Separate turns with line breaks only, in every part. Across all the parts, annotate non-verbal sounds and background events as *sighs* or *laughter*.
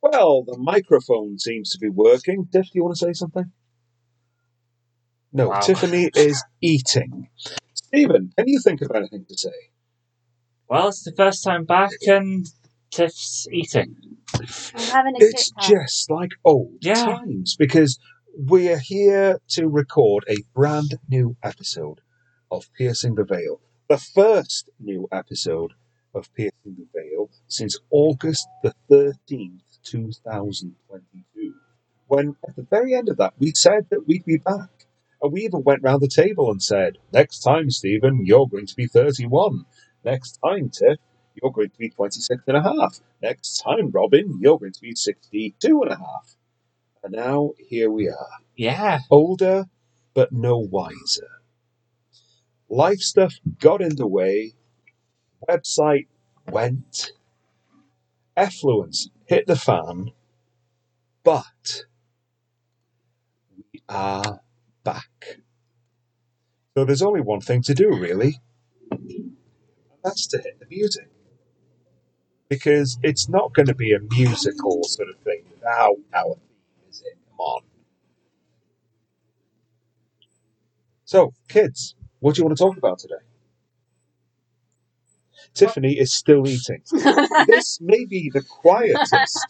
Well, the microphone seems to be working. Tiff, do you want to say something? No,
Wow.
Tiffany is eating. Stephen, can you think of anything to say?
Well, it's the first time back and Tiff's eating.
I'm having a Kit
It's
Kat.
just like old
Yeah.
times because we are here to record a brand new episode of Piercing the Veil. The first new episode of Piercing the Veil since August the 13th, 2022. When at the very end of that, we said that we'd be back. And we even went round the table and said, Next time, Stephen, you're going to be 31. Next time, Tiff, you're going to be 26 and a half next time, Robin, you're going to be 62 and a half. And now here we are,
Yeah.
older but no wiser. Life stuff got in the way, website went, effluence hit the fan, but we are back. So there's only one thing to do, really, and that's to hit the music. Because it's not going to be a musical sort of thing without our theme, is it? Come on. So, kids, what do you want to talk about today? Tiffany is still eating. This may be the quietest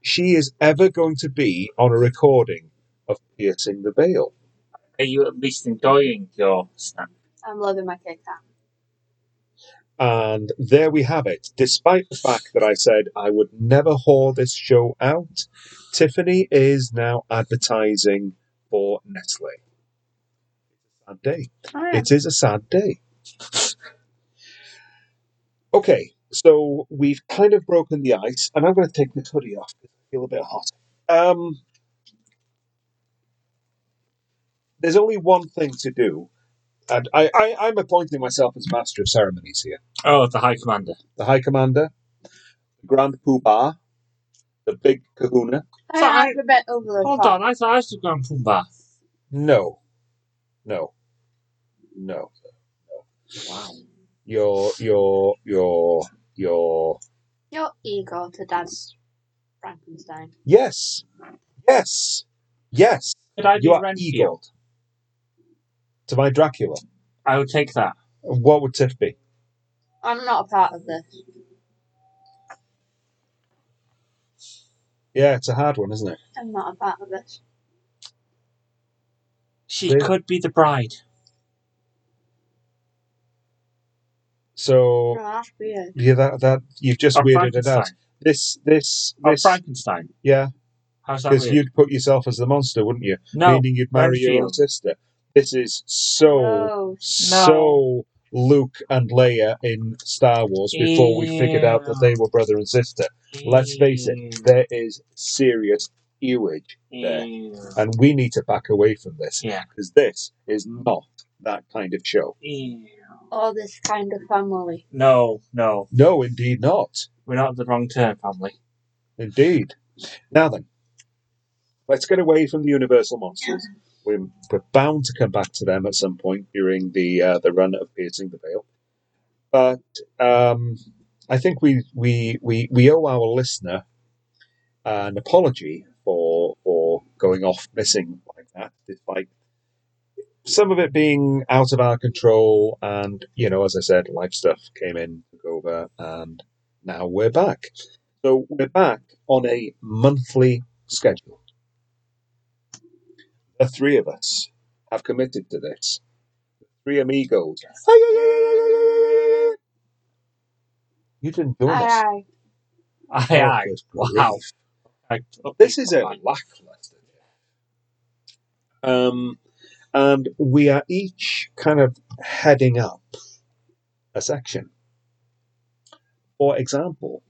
she is ever going to be on a recording of Piercing the Veil.
Are you at least enjoying your snack?
*laughs* I'm loving my Kit Kat.
And there we have it. Despite the fact that I said I would never haul this show out, Tiffany is now advertising for Nestle. Sad day.
I am.
It is a sad day. Okay, so we've kind of broken the ice, and I'm going to take this hoodie off because I feel a bit hot. Um, there's only one thing to do, and I, I, I'm appointing myself as master of ceremonies here.
Oh, the High Commander.
The High Commander, the Grand Poobah, the Big Kahuna.
I
So I-
am a bit over the
Hold
top.
on, I thought I was the Grand Pumbaa.
No, no, no.
Wow.
Your, your, your, your.
Your ego to Dad's Frankenstein.
Yes, yes, yes.
Could I
You
be
are
Renfield?
Eagled to my Dracula.
I would take that.
What would Tiff be?
I'm not a part of this.
Yeah, it's a hard one, isn't it?
I'm not a part of this.
She
Really?
could be the bride.
So
No, that's weird.
yeah, that that you've just
Or
weirded it out.
Frankenstein.
This, this,
Or
this.
Frankenstein.
Yeah,
How's that
Because
weird?
you'd put yourself as the monster, wouldn't you?
No.
Meaning you'd marry your own
Renfield.
sister. This is so,
Oh,
so Luke and Leia in Star Wars before we figured out that they were brother and sister. Let's face
Ew.
it, there is serious ewage there.
Ew.
And we need to back away from this
Yeah.
because this is not that kind of show.
Ew.
all this kind of family.
No, no.
No, indeed not.
We're not the wrong turn, family.
Indeed. Now then, let's get away from the Universal monsters. We're, we're bound to come back to them at some point during the uh, the run of piercing the veil. But um, I think we we we we owe our listener an apology for for going off missing like that, despite some of it being out of our control. And you know, as I said, life stuff came in, took over, and now we're back. So we're back on a monthly schedule. The three of us have committed to this. Three amigos. You didn't join
Aye,
us.
aye.
Aye,
Oh,
aye.
good
Wow.
grief.
I- okay,
This is a
fine.
lackluster. Um, and we are each kind of heading up a section. For example,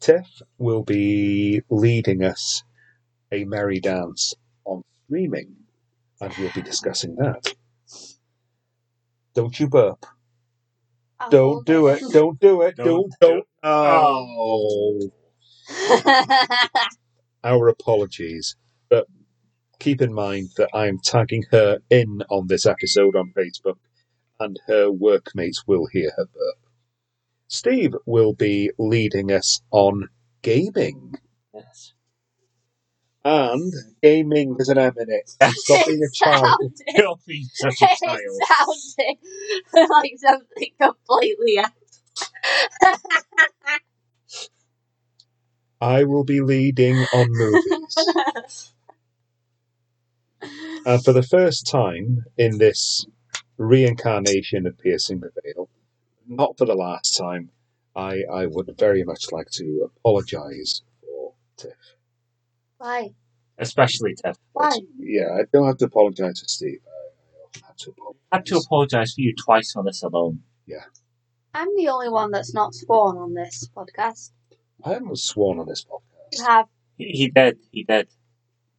Tiff will be leading us a merry dance on streaming, and we'll be discussing that. Don't you burp.
I'll
Don't
hold
do it.
*laughs*
Don't do it. Don't
Don't do
don't.
it.
Oh, our apologies. But keep in mind that I am tagging her in on this episode on Facebook, and her workmates will hear her burp. Steve will be leading us on gaming.
Yes.
And gaming is an M in it. Stop being a child.
sounded,
You'll be such
*laughs*
a child.
it sounded *laughs* like something completely else.
I will be leading on movies. And Uh, for the first time in this reincarnation of Piercing the Veil, not for the last time, I, I would very much like to apologise for Tiff.
*laughs* Why?
Especially Ted.
Why?
Yeah, I don't have to apologise to Steve. I, I have to apologise.
I had to apologise for you twice on this alone.
I'm the only one that's not sworn on this podcast.
I haven't sworn on this
You
podcast,
have.
He, he did. He did.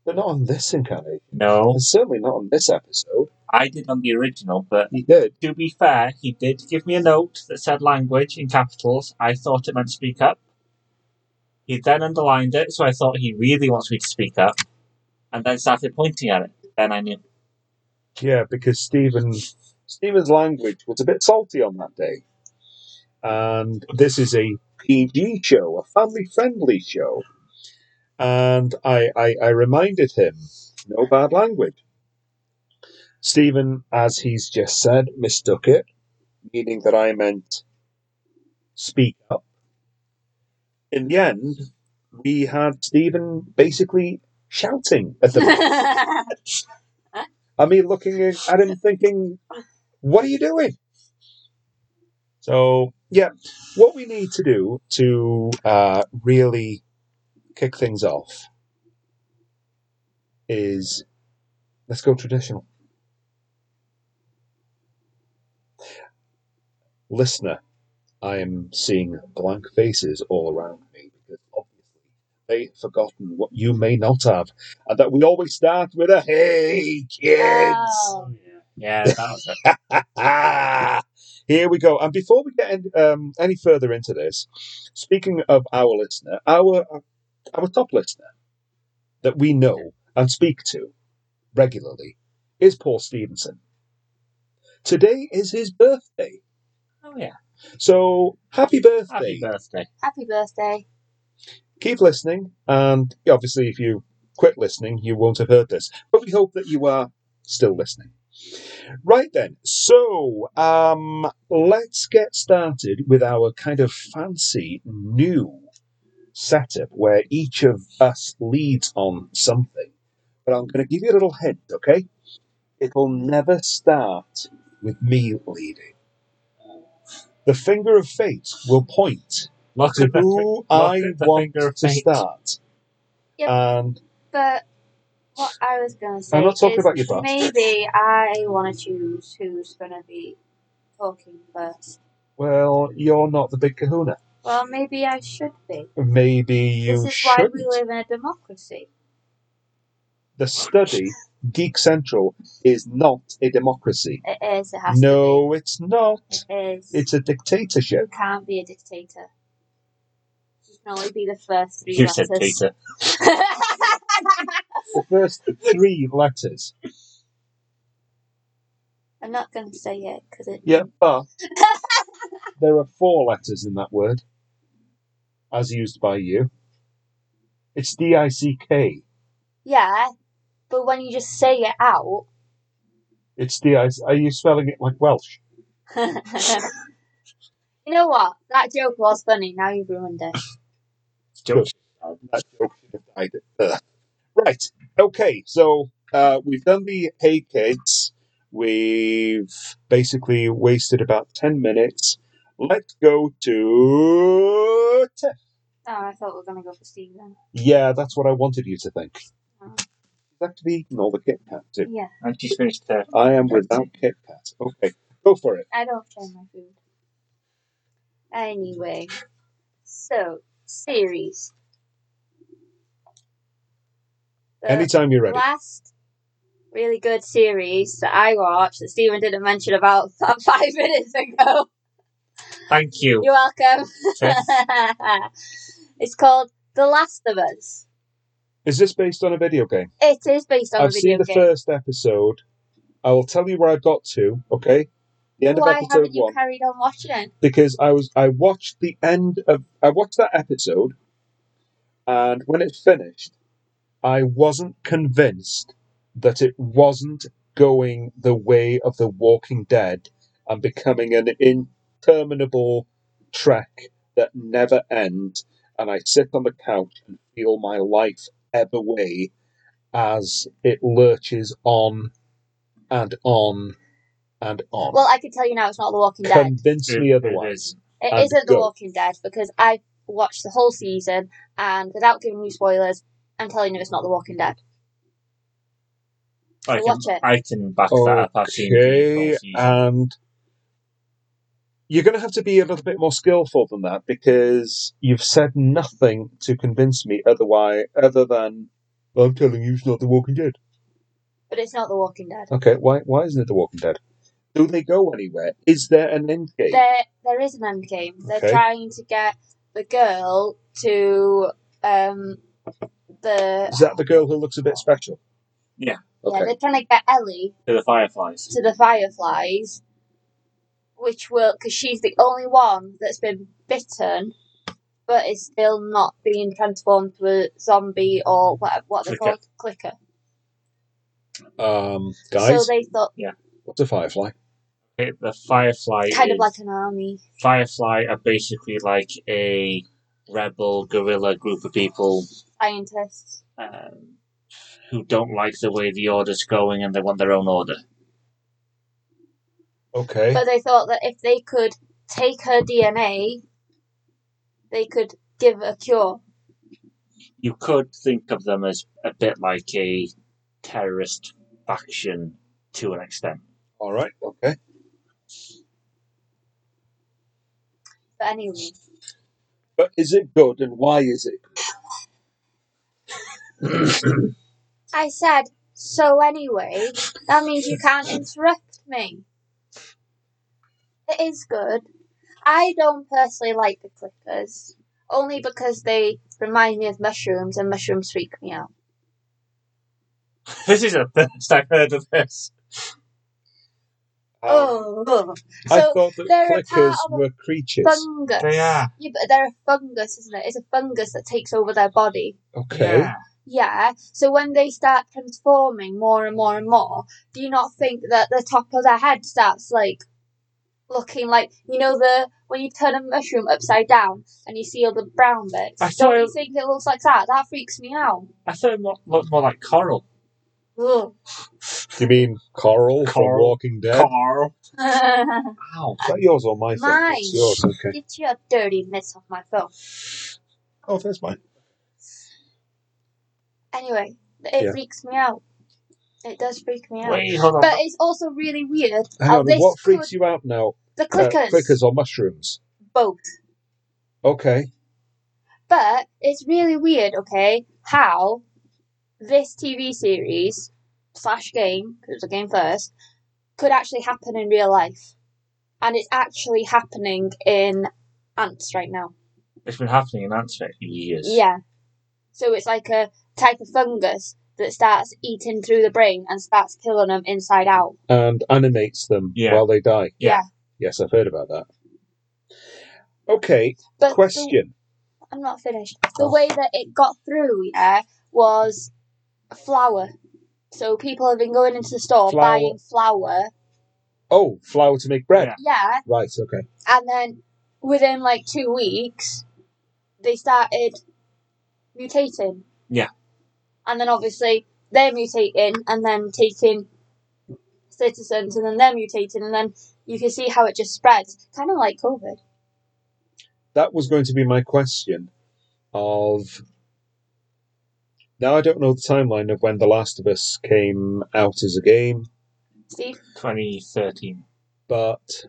but not on this incarnation,
No,
and certainly not on this episode.
I did on the original, but
He did.
to be fair, he did give me a note that said language in capitals. I thought it meant speak up. He then underlined it, so I thought he really wants me to speak up, and then started pointing at it. Then I knew.
Yeah, because Stephen Stephen's language was a bit salty on that day, and this is a PG show, a family-friendly show, and I I, I reminded him no bad language. Stephen, as he's just said, mistook it, meaning that I meant speak up. In the end, we had Stephen basically shouting at
*laughs*
the. I mean, looking at at him thinking, what are you doing? So, yeah, what we need to do to uh, really kick things off is let's go traditional. Listener, I am seeing blank faces all around me because obviously they've forgotten what you may not have, and that we always start with a hey, kids!
Oh.
Yeah, that was it.
*laughs* Here we go. And before we get in, um, any further into this, speaking of our listener, our our top listener that we know and speak to regularly is Paul Stevenson. Today is his birthday,
*laughs* Oh yeah,
so happy birthday!
happy birthday.
Happy birthday.
Keep listening, and obviously, if you quit listening, you won't have heard this. But we hope that you are still listening. Right then, so um, let's get started with our kind of fancy new setup where each of us leads on something. But I'm going to give you a little hint, okay? It'll never start with me leading. The finger of fate will point
Look *laughs*
to
at the, fi-
who
look
I
at the
want
finger of
to
fate.
start.
Yep.
And
But what I was going to say
I'm not talking
is
about your boss.
maybe I want to choose who's going to be talking first.
Well, you're not the big kahuna.
Well, maybe I should be.
Maybe you
this is why
shouldn't.
we live in a democracy.
The study, Geek Central, is not a democracy.
It is. It has to
No, it's not.
be. It is.
It's a
you
dictatorship.
can't be a dictator. You can only be the first three
You said
letters.
Peter.
The first three *laughs* letters.
*laughs* I'm not going to say it because it.
Yeah,
*laughs*
but there are four letters in that word, as used by you. It's D I C K.
Yeah, but when you just say it out,
It's D I. Are you spelling it like Welsh?
*laughs* you know what? That joke was funny. Now you've ruined it.
Don't
That joke should have died. Ugh. Right. Okay. So uh, we've done the hey kids. We've basically wasted about ten minutes. Let's go to. Tiff.
Oh, I thought we were going to go for Steve then.
Yeah, that's what I wanted you to think.
Oh,
Actually, eaten all the Kit Kat too.
yeah,
And she's finished there. Oh,
I am without Kit Kat. Okay, go for it.
I don't share my food. Anyway, so series. The
Anytime you're ready.
last really good series that I watched that Stephen didn't mention about *laughs* about five minutes ago.
Thank
*laughs*
you.
You're welcome.
Tiff.
*laughs* it's called The Last of Us.
Is this based on a video game?
It is based on a
I've
video
seen the
game.
first episode. I will tell you where I got to. Okay, The end of
Why
episode
haven't you
one
carried on watching it?
because I was I watched the end of I watched that episode and when it finished, I wasn't convinced that it wasn't going the way of The Walking Dead and becoming an interminable trek that never ends. And I sit on the couch and feel my life ebb away as it lurches on and on and on.
Well, I can tell you now, it's not The Walking Dead.
Convince me
It- it
otherwise.
is.
and
It isn't The
go.
Walking Dead because I watched the whole season, and without giving you spoilers, I'm telling you, it's not The Walking Dead.
I
So
can,
watch it.
I can back that up. I've seen the whole
Okay,
season.
and you're going to have to be a little bit more skillful than that because you've said nothing to convince me otherwise, other than I'm telling you it's not The Walking Dead.
But it's not The Walking Dead.
Okay, why why isn't it The Walking Dead? Do they go anywhere? Is there an end game?
There, there is an end game. They're
Okay.
trying to get the girl to um the
Is that the girl who looks a bit special?
Yeah,
yeah.
Okay.
They're trying to get Ellie
to the Fireflies.
to the Fireflies, which will because she's the only one that's been bitten, but is still not being transformed to a zombie or what what they're
Clicker.
called clicker.
Um,
So
guys,
they thought
what's a firefly?
It- the Firefly
kind of
is-
like an army.
Firefly are basically like a rebel guerrilla group of people
Scientists.
um, who don't like the way the order's going and they want their own order.
Okay.
But they thought that if they could take her DNA, they could give a cure.
You could think of them as a bit like a terrorist faction to an extent. *laughs*
All right. Okay.
But anyway,
But is it good and why is it?
I said, so anyway, that means you can't interrupt me. It is good. I don't personally like the clickers, only because they remind me of mushrooms and mushrooms freak me out.
This is the first I've heard of this.
Um,
Oh, ugh.
I
so
thought that
they're a part
clickers
of a
were creatures.
fungus.
They are.
Yeah, but they're a fungus, isn't it? It's a fungus that takes over their body.
Okay.
Yeah.
Yeah. So when they start transforming more and more and more, do you not think that the top of their head starts like looking like you know the when you turn a mushroom upside down and you see all the brown bits?
I
don't
thought
you think it looks like that? That freaks me out.
I thought it mo- looked more like coral.
Ugh.
You mean Coral, from
Coral.
Walking Dead?
Coral. Ow.
Is that yours or my phone?
Mine.
That's yours. Okay.
*laughs* Get your dirty mitts off my phone.
Oh, that's mine.
Anyway, it
Yeah.
freaks me out. It does freak me out.
Wait, hold on.
But it's also really weird
Hang
how
on.
Oh, this
What
could
freaks you out now?
the
Uh,
clickers,
clickers or mushrooms?
both.
Okay.
But it's really weird, okay, how this TV series slash game, because it was a game first, could actually happen in real life. And it's actually happening in ants right now.
It's been happening in ants for years.
Yeah. So it's like a type of fungus that starts eating through the brain and starts killing them inside out.
And animates them
Yeah.
while they die.
Yeah.
Yes, I've heard about that. Okay.
But the,
Question.
I'm not finished. The
Oh.
way that it got through, yeah, was flour. So people have been going into the store
Flour.
buying flour.
Oh, flour to make bread.
Yeah.
Yeah.
Right. Okay.
and then within like two weeks they started mutating.
Yeah.
And then obviously they're mutating and then taking citizens and then they're mutating and then you can see how it just spreads. Kind of like COVID.
That was going to be my question. Of now, I don't know the timeline of when The Last of Us came out as a game,
See?
2013.
but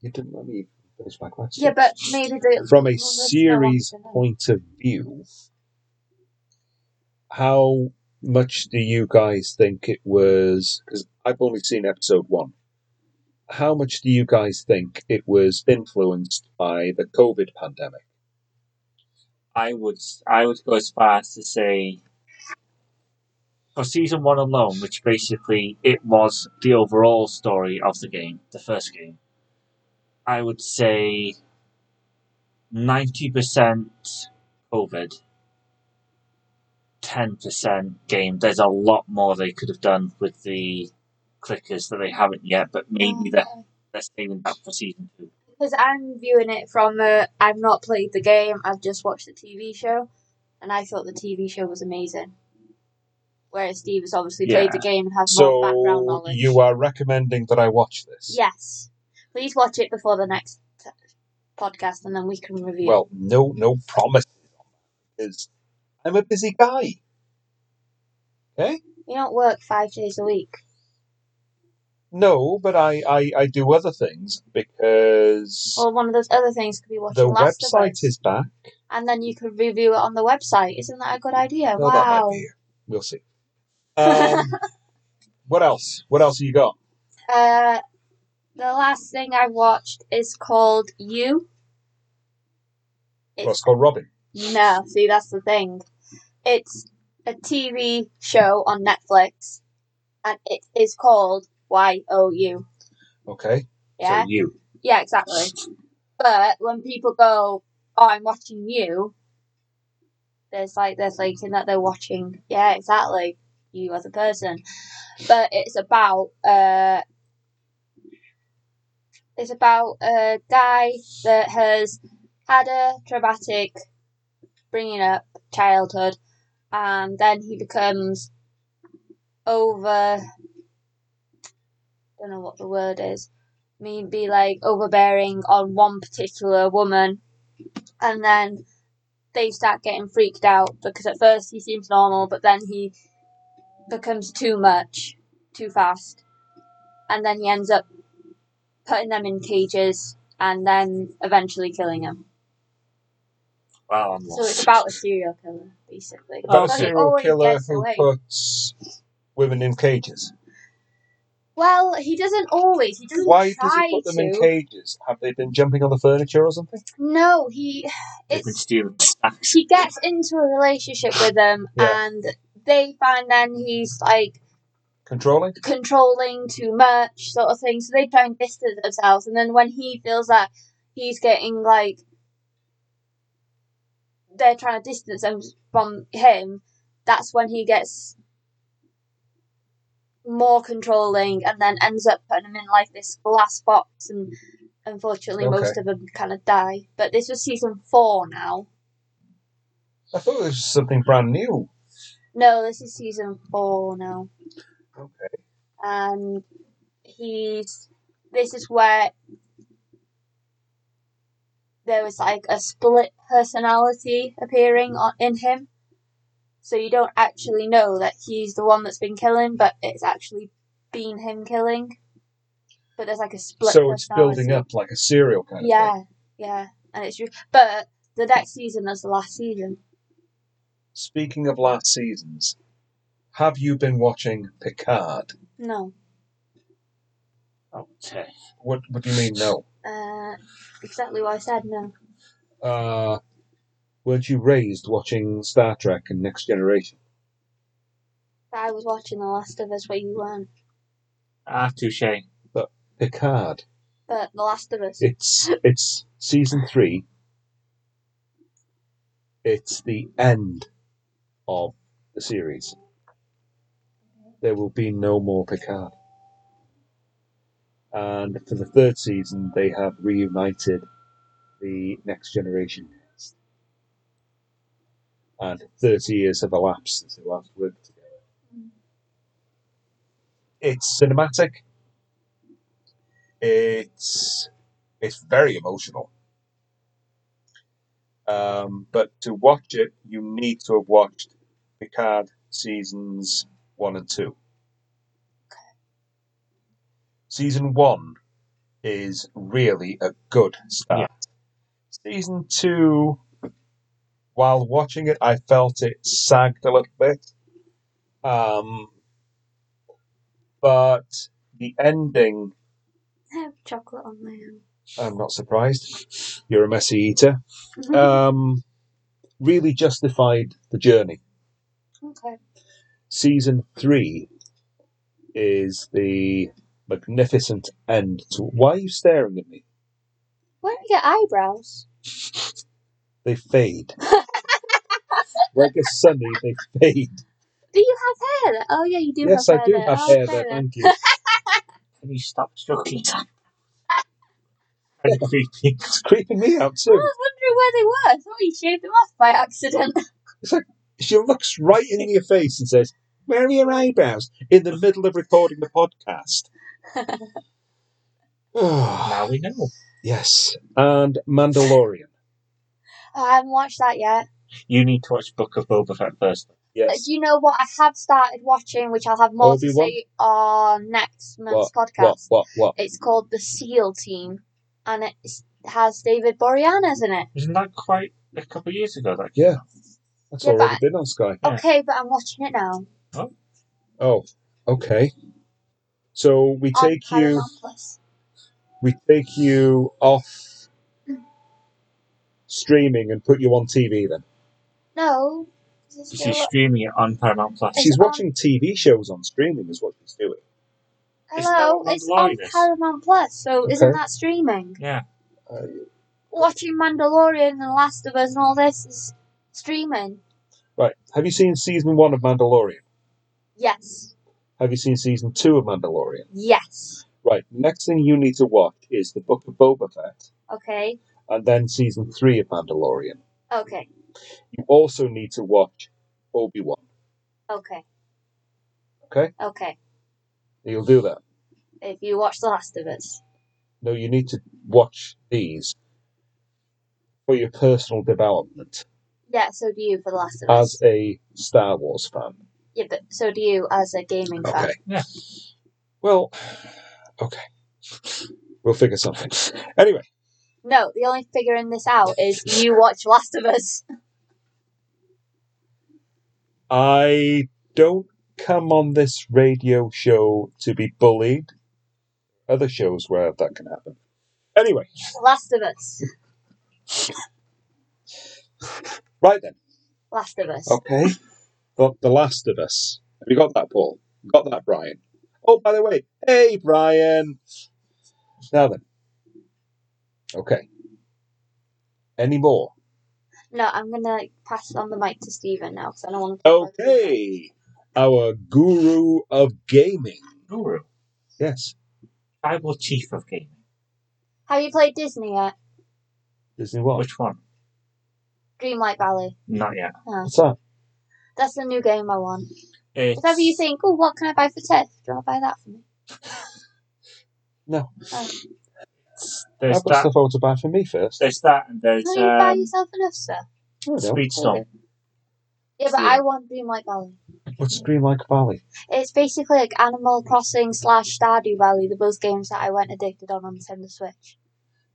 you didn't let me finish my question.
Yeah, but maybe they
from
well,
a
there's no one
series
to know.
point of view, how much do you guys think it was? Because I've only seen episode one. How much do you guys think it was influenced by the COVID pandemic?
I would I would go as far as to say for season one alone, which basically it was the overall story of the game, the first game, I would say ninety percent COVID, ten percent game. There's a lot more they could have done with the clickers that they haven't yet, but maybe they're,
Okay.
they're saving that for season two.
Because I'm viewing it from i I've not played the game, I've just watched the TV show, and I thought the TV show was amazing. Whereas Steve has obviously played the game and has more background
So
knowledge.
you are recommending that I watch this?
Yes. Please watch it before the next t- podcast and then we can review.
Well, no, no promises. Because I'm a busy guy. Okay.
you don't work five days a week.
No, but I, I, I do other things because
Well, one of those other things could be watching
the
Oh, Last of
website
Us.
is back.
And then you could review it on the website. Isn't that a good idea?
Well, that
Oh, wow.
might be. We'll see.
*laughs*
Um, what else? What else have you got?
Uh, the last thing I watched is called You.
Well, it's called Robin.
No, see, that's the thing. It's a TV show on Netflix, and it is called Y O U.
Okay.
Yeah,
So you,
yeah, exactly. But when people go, "Oh, I'm watching you," there's like they're thinking that they're watching. Yeah, exactly. You as a person, but it's about uh, it's about a guy that has had a traumatic bringing up childhood, and then he becomes over. don't know what the word is. I mean, be like overbearing on one particular woman, and then they start getting freaked out because at first he seems normal, but then he becomes too much, too fast, and then he ends up putting them in cages and then eventually killing them.
well, I'm
So
lost.
it's about a serial killer, basically.
About a
But he
serial
always
killer
Oh, gets
who
away.
puts women in cages.
Well, he doesn't always. He doesn't
Why does
try
he put them
to.
in cages? Have they been jumping on the furniture or something?
No, he.
They've been
It's
stealing snacks.
he gets into a relationship with them,
Yeah.
and they find then he's like
Controlling?
controlling too much, sort of thing. So they try and distance themselves, and then when he feels that he's getting like they're trying to distance them from him, that's when he gets more controlling, and then ends up putting them in like this glass box, and unfortunately
Okay.
most of them kind of die. But this was season four now.
I thought this was something brand new.
No, this is season four now.
Okay.
and he's this is where there was like a split personality appearing on, in him so you don't actually know that he's the one that's been killing but it's actually been him killing but there's like a split
So it's
personality.
building up like a serial kind of thing.
yeah yeah and it's re- but the next season is the last season
Speaking of last seasons, have you been watching Picard?
no
Oh, Okay.
What What do you mean? No.
uh exactly what i said no
Uh, weren't you raised watching Star Trek and Next Generation?
i was watching the last of us where you weren't
Ah, touche.
Picard.
but the last of us
It's it's season three. It's the end of the series. There will be no more Picard. And for the third season, they have reunited the Next Generation cast. And thirty years have elapsed since they last worked together. It's cinematic. It's it's very emotional. Um, but to watch it, you need to have watched Picard seasons one and two. Season one is really a good start. Season two, while watching it, I felt it sagged a little bit. Um, but the ending,
i have chocolate on my hand
I'm not surprised. You're a messy eater.
Mm-hmm.
Uh, Um, really justified the journey.
*laughs* okay
Season three is the magnificent end to. Why are you staring at me?
Where do you get eyebrows?
They
*laughs*
fade. like a sunny, they fade.
Do you have hair? There? Oh yeah, *laughs* you do
yes,
have
I
hair.
do
there.
have
oh,
hair
fair
there.
enough.
Thank you.
Can you stop stroking that? Very creepy.
It's creeping me out
*laughs* I
too.
was wondering where they were. I thought you shaved them off by accident. *laughs*
It's like she looks right in your face and says, "Where are your eyebrows?" In the middle of recording the
*laughs*
podcast. *sighs*
Now we know.
yes, and Mandalorian.
Oh, I haven't watched that yet.
You need to watch Book of Boba Fett first.
Uh,
Yes,
Do you know what I have started watching, which I'll have more to
Obi-Wan?
say on next month's
what,
podcast?
what, what?
It's called The SEAL Team, and it has David Boreanaz in it.
Isn't that quite a couple of years ago? That came
Yeah,
out?
that's
Yeah,
already
but
been on Sky.
Yeah.
okay, but I'm watching it now
Oh, okay. So we
on
take you,
Paramount Plus.
we take you off streaming and put you on TV. Then
No, is it
She's
still?
streaming it on Paramount Plus.
It's
she's
on-
watching TV shows on streaming, is what she's doing.
Isn't that
Hello,
what
it's on
Mandalorian is?
Paramount Plus, so isn't
Okay.
that streaming?
Yeah.
Uh,
Watching Mandalorian and Last of Us and all this is streaming.
right. Have you seen season one of Mandalorian?
Yes,
Have you seen season two of Mandalorian?
yes.
Right. The next thing you need to watch is the Book of Boba Fett,
Okay,
and then season three of Mandalorian.
okay,
You also need to watch Obi Wan.
okay,
Okay,
okay.
you'll do that.
If you watch The Last of Us,
No, you need to watch these for your personal development
yeah, so do you for The Last of
as
Us.
a Star Wars fan.
Yeah, but so do you as a gaming fan.
Okay.
Yeah.
Well, okay. We'll figure something. Anyway,
No, the only figuring this out is you watch Last of Us. *laughs*
I don't come on this radio show to be bullied. Other shows where that can happen. Anyway,
Last of Us.
right then.
Last of Us.
Okay. The, the Last of Us. Have you got that, Paul? Got that, Brian? Oh, by the way, hey, Brian. Now then. Okay. Any more?
No, I'm gonna pass on the mic to Stephen now because I don't want to.
Okay. Our guru of gaming.
Guru.
Yes.
Tribal chief of gaming.
Have you played Disney yet?
Disney what?
Which one?
Dreamlight Valley.
Not yet.
Oh,
What's that?
that's the new game I want.
It's,
Whatever you think, oh, what can I buy for Tiff? Do you want to buy that for me?
No.
Oh.
How
There's
much
that.
stuff I want to buy for me first?
There's that, and there's
No, you buy
um,
yourself enough stuff.
I don't know.
Speedstorm.
Yeah, but
Stephen.
I want Dreamlight Valley.
What's Dreamlike Valley?
It's basically like Animal Crossing slash Stardew Valley. They're both games that I went addicted on on Nintendo Switch.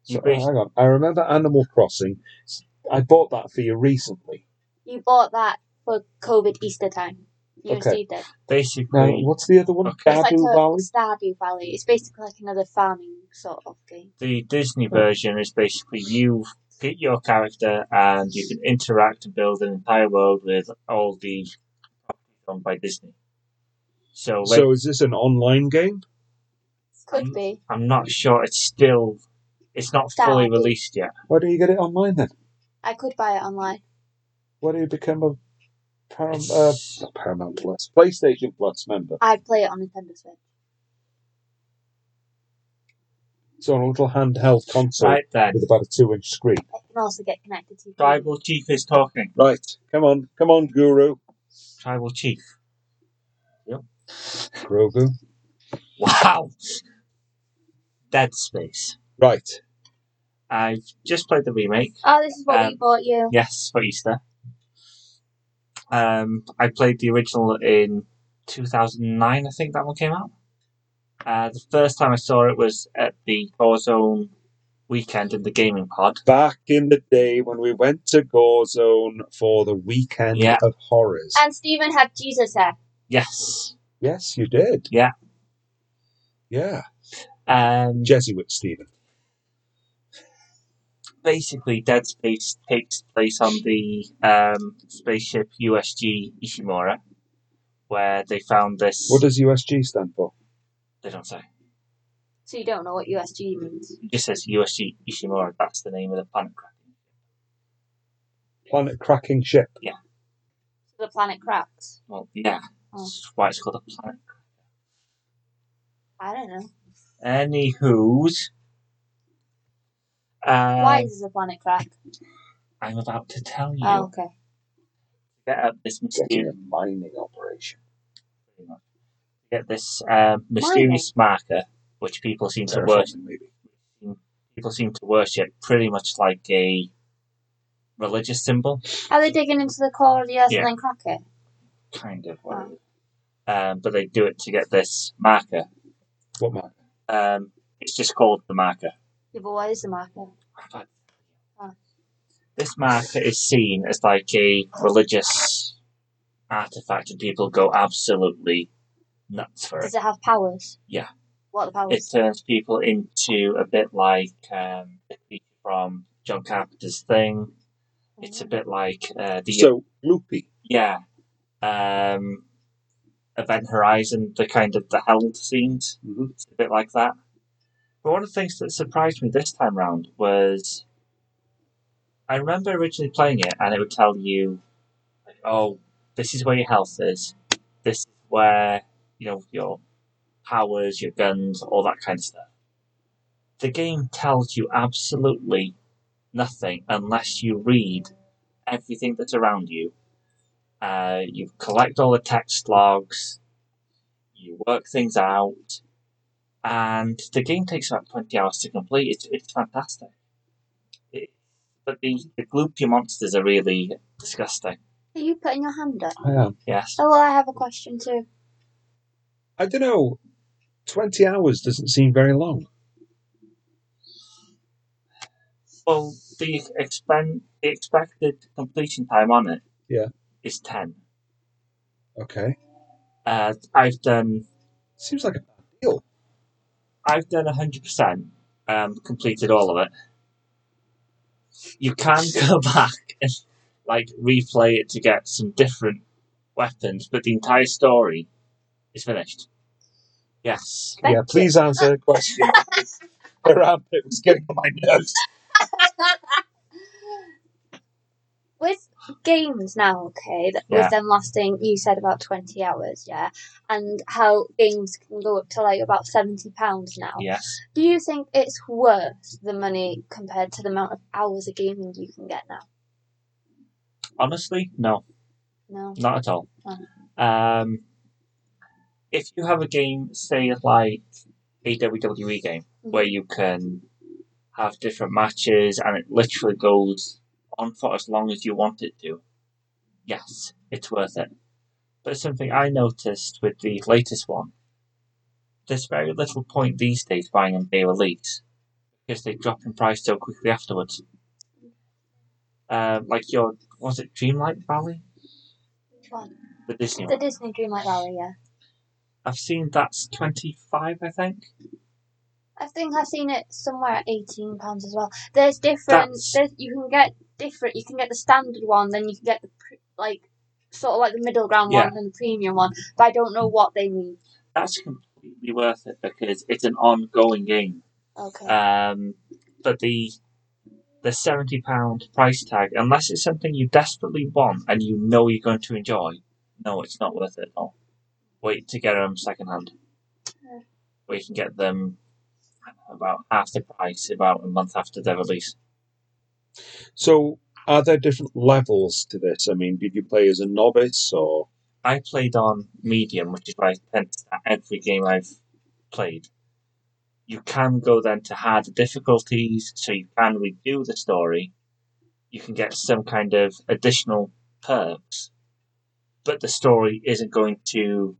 So,
You
hang
bas-
on. I remember Animal Crossing. I bought that for you recently.
You bought that for COVID Easter time. You and
Okay.
Steve did.
Now,
basically
what's the other one?
Okay.
It's like
Dadu
a
Valley?
Stardew Valley. It's basically like another farming sort of game.
the Disney
Hmm.
version is basically you pick your character and you can interact and build an entire world with all the properties owned by Disney. So like,
So, is this an online game?
Could be.
I'm not sure it's still it's not fully
Stardew.
released yet.
Why don't you get it online then?
I could buy it online.
Why don't you become a Param- uh,
It's
not Paramount Plus, PlayStation Plus member?
I'd play it on Nintendo Switch.
It's on a little handheld console
right then.
with about a two-inch screen.
I can also get connected to TV.
Tribal chief is talking.
Right, come on, come on, Guru.
Tribal chief. *laughs*
Grogu.
Wow. Dead Space.
Right.
I've just played the remake.
Oh, this is what we
Um,
bought you.
Yes, for Easter. Um, I played the original in 2009. I think that one came out. Uh, the first time I saw it was at the Warzone weekend in the gaming pod.
Back in the day when we went to Gorezone for the weekend
Yeah.
of horrors.
And Stephen had Jesus hair.
Yes.
yes, you did.
Yeah.
Yeah.
Um,
Jesuit Stephen.
basically Dead Space takes place on the um, spaceship USG Ishimura, where they found this.
What does USG stand for?
they don't say.
So you don't know what USG
Mm.
means.
It just says USG Ishimura. That's the name of the planet.
Planet cracking ship.
The planet cracks.
Well, yeah,
Oh.
that's why it's called a planet.
I don't know.
Anywho's. Um,
Why does the planet crack?
I'm about to tell you.
Oh, okay.
Get up this mysterious.
Getting a mining operation.
get this um, mysterious marker, which people seem to worship.
Terraforming, maybe.
People seem to worship pretty much like a religious symbol,
Are they digging into the core of the earth
Yeah.
and then crack it?
kind of. what it is. Um, but they do it to get this marker.
What mark?
Um, it's just called the marker.
Yeah, but what is the marker?
This marker is seen as like a religious artifact, and people go absolutely nuts for it.
Does it have powers?
Yeah.
What are the
It
powers?
turns people into a bit like um, the creature from John Carpenter's thing. It's a bit like uh, the
So, loopy.
Yeah. Um, Event Horizon, the kind of the held scenes,
Mhm.
it's a bit like that. But one of the things that surprised me this time round was I remember originally playing it and it would tell you, like, oh, this is where your health is, this is where, you know, your powers, your guns, all that kind of stuff. The game tells you absolutely nothing unless you read everything that's around you uh, you collect all the text logs, you work things out, and the game takes about 20 hours to complete. It's, it's fantastic. It, but the, the gloopy monsters are really disgusting.
Are you putting your hand up?
I am.
Yes.
Oh, well, I have a question too.
I don't know. 20 hours doesn't seem very long.
Well, the, expen- the expected completion time on it
Yeah.
is 10.
Okay.
Uh, I've done
Seems like a bad deal.
I've done 100%, um, completed all of it. You can *laughs* go back and like replay it to get some different weapons, but the entire story is finished. Yes.
Thank
yeah,
you.
please answer the question.
*laughs*
the rabbit was getting on my nerves.
*laughs* with games now, okay, that
Yeah.
with them lasting, you said about 20 hours, yeah, and how games can go up to like about 70 pounds now.
Yes.
Do you think it's worth the money compared to the amount of hours of gaming you can get now?
Honestly, no,
No.
not at all. Um, if you have a game, say like a WWE game, where you can have different matches and it literally goes on for as long as you want it to, yes, it's worth it. But something I noticed with the latest one, there's very little point these days buying them day release because they drop in price so quickly afterwards. Um, like your was it Dreamlight Valley,
One.
the Disney
The
one?
Disney Dreamlight Valley, yeah.
I've seen that's twenty five, I think.
I think I've seen it somewhere at eighteen pounds as well. There's different.
That's-
There's, you can get different. You can get the standard one, then you can get the pr- like sort of like the middle ground one and the premium one. But I don't know what they mean.
That's completely worth it because it's an ongoing game.
Okay.
Um, but the the seventy pound price tag, unless it's something you desperately want and you know you're going to enjoy, no, it's not worth it at all. Wait to get them second hand,
Yeah.
where you can get them about half the price about a month after their release.
So, are there different levels to this? I mean, did you play as a novice or.
I played on medium, which is where I tend to start every game I've played. You can go then to harder difficulties, so you can redo the story. You can get some kind of additional perks, but the story isn't going to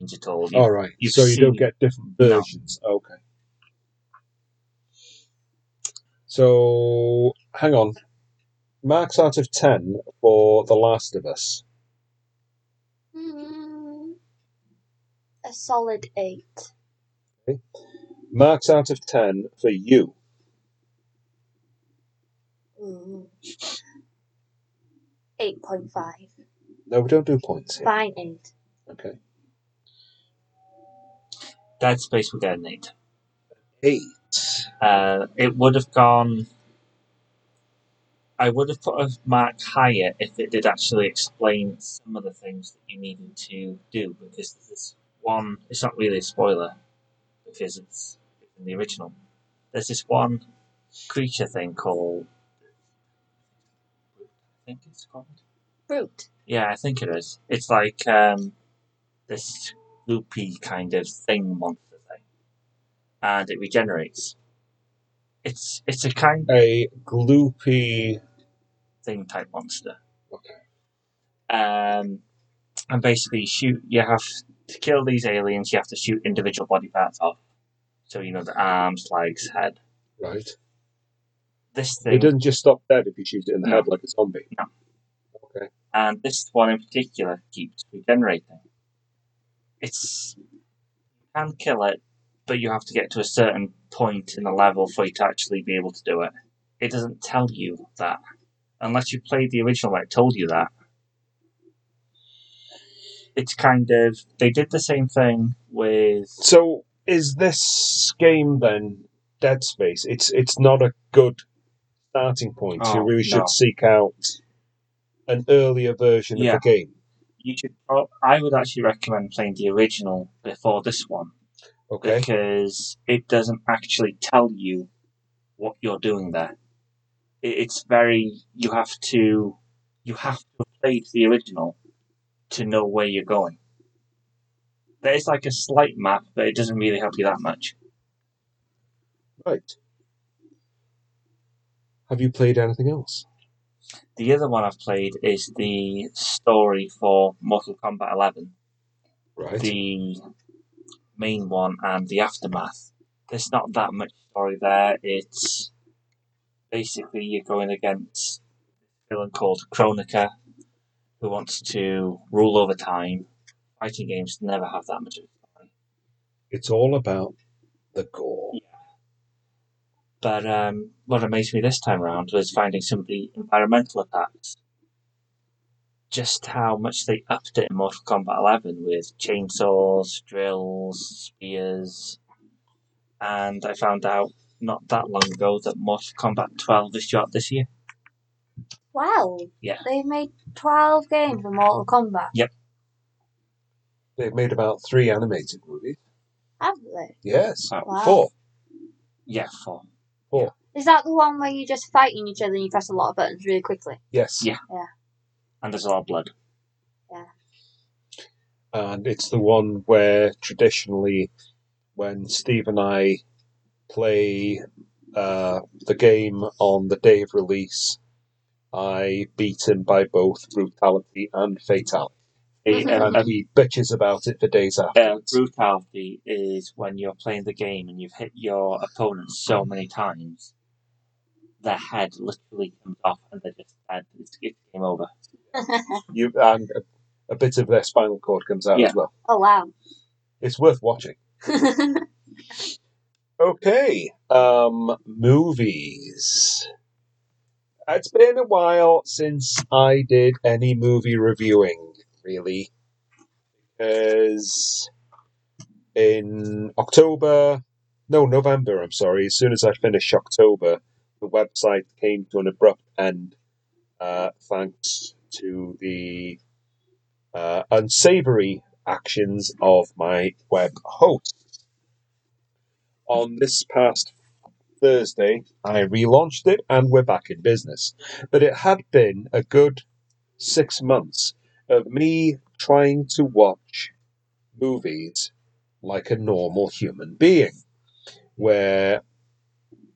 change at all. You-
All right.
you've
so, you
seen-
don't get different
No.
versions. Okay. So, hang on. Marks out of 10 for The Last of Us.
Mm, a solid eight.
Marks out of 10 for you.
Ooh. Hmm. Eight point five.
No, we don't do points here.
Fine eight.
Okay.
Dead Space would get an eight.
Eight.
Uh, it would have gone. I would have put a mark higher if it did actually explain some of the things that you needed to do because there's one. It's not really a spoiler because it's in the original. There's this one creature thing called. I think it's called.
Brute.
Yeah, I think it is. It's like um, this loopy kind of thing monster thing, and it regenerates. It's it's a kind
A gloopy.
thing type monster.
Okay.
Um, and basically, shoot. You have to kill these aliens. You have to shoot individual body parts off. So you know the arms, legs, head.
Right.
This
It
thing,
doesn't just stop dead if you shoot it in the
No.
head like a zombie.
No.
Okay.
and this one in particular, keeps regenerating. It's you can kill it, but you have to get to a certain point in the level for you to actually be able to do it. It doesn't tell you that unless you played the original. where It told you that. It's kind of they did the same thing with
So is this game then Dead Space? It's it's not a good starting point.
Oh,
you really
no.
should seek out an earlier version
Yeah.
of the game.
you should. oh, I would actually recommend playing the original before this one
Okay.
because it doesn't actually tell you what you're doing there. It, it's very you have to you have to have played the original to know where you're going. There is like a slight map, but it doesn't really help you that much.
Right. Have you played anything else?
The other one I've played is the story for Mortal Kombat 11,
Right.
the main one, and the aftermath. There's not that much story there. It's basically you're going against a villain called Kronika, who wants to rule over time. Fighting games never have that much of a story.
It's all about the gore.
But um, what amazed me this time around was finding some of the environmental attacks. Just how much they upped it in Mortal Kombat 11 with chainsaws, drills, spears. And I found out not that long ago that Mortal Kombat 12 is shot this year.
Wow.
Yeah.
They made 12 games of Mortal Kombat,
They've made about three animated movies.
haven't they?
Yes.
Oh,
Wow.
Four.
yeah, four.
Is that the one where you're just fighting each other and you press a lot of buttons really quickly?
Yes.
Yeah. And there's a lot of blood.
And it's the one where traditionally, when Steve and I play uh, the game on the day of release, I beat him by both brutality and fatality.
A- a-
And
a
he bitches about it for days
Uh,
afterwards.
brutality is when you're playing the game and you've hit your opponent so many times, their head literally comes off and they're just dead. It's, it's game over.
You and a, a bit of their spinal cord comes out
Yeah.
as well.
oh, wow.
It's worth watching.
*laughs*
Okay, um, movies. It's been a while since I did any movie reviewing, really, because in October, no, November, I'm sorry, as soon as I finished October, the website came to an abrupt end uh, thanks to the uh, unsavory actions of my web host. On this past Thursday, I relaunched it and we're back in business. But it had been a good six months of me trying to watch movies like a normal human being, where